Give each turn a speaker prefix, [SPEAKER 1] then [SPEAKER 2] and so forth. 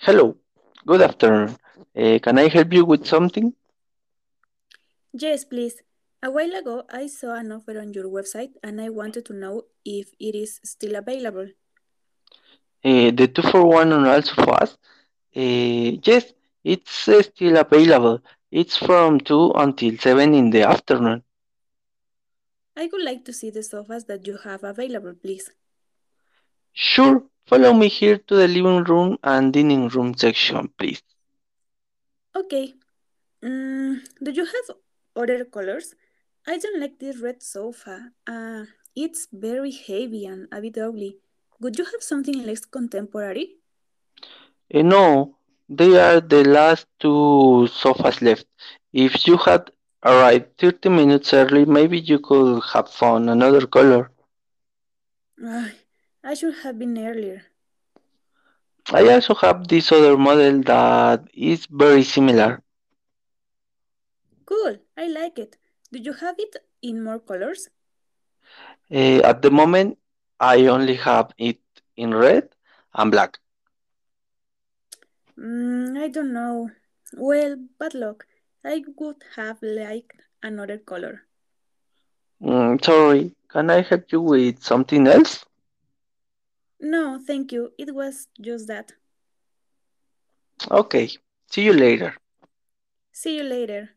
[SPEAKER 1] Hello, good afternoon. Uh, can I help you with something?
[SPEAKER 2] Yes, please. A while ago, I saw an offer on your website and I wanted to know if it is still available.
[SPEAKER 1] Uh, the two for one on also fast. Uh, yes, it's uh, still available. It's from two until seven in the afternoon.
[SPEAKER 2] I would like to see the sofas that you have available, please.
[SPEAKER 1] Sure, follow me here to the living room and dining room section, please.
[SPEAKER 2] Okay. Mm, do you have other colors? I don't like this red sofa. Uh, it's very heavy and a bit ugly. Would you have something less contemporary?
[SPEAKER 1] Uh, no, they are the last two sofas left. If you had arrived 30 minutes early, maybe you could have found another color.
[SPEAKER 2] Ah, I should have been earlier.
[SPEAKER 1] I also have this other model that is very similar.
[SPEAKER 2] Cool, I like it. Do you have it in more colors?
[SPEAKER 1] Eh, at the moment, I only have it in red and black.
[SPEAKER 2] Mm, I don't know. Well, bad luck. I would have liked another color.
[SPEAKER 1] Mm, sorry, can I help you with something else?
[SPEAKER 2] No, thank you. It was just that.
[SPEAKER 1] Okay, see you later.
[SPEAKER 2] See you later.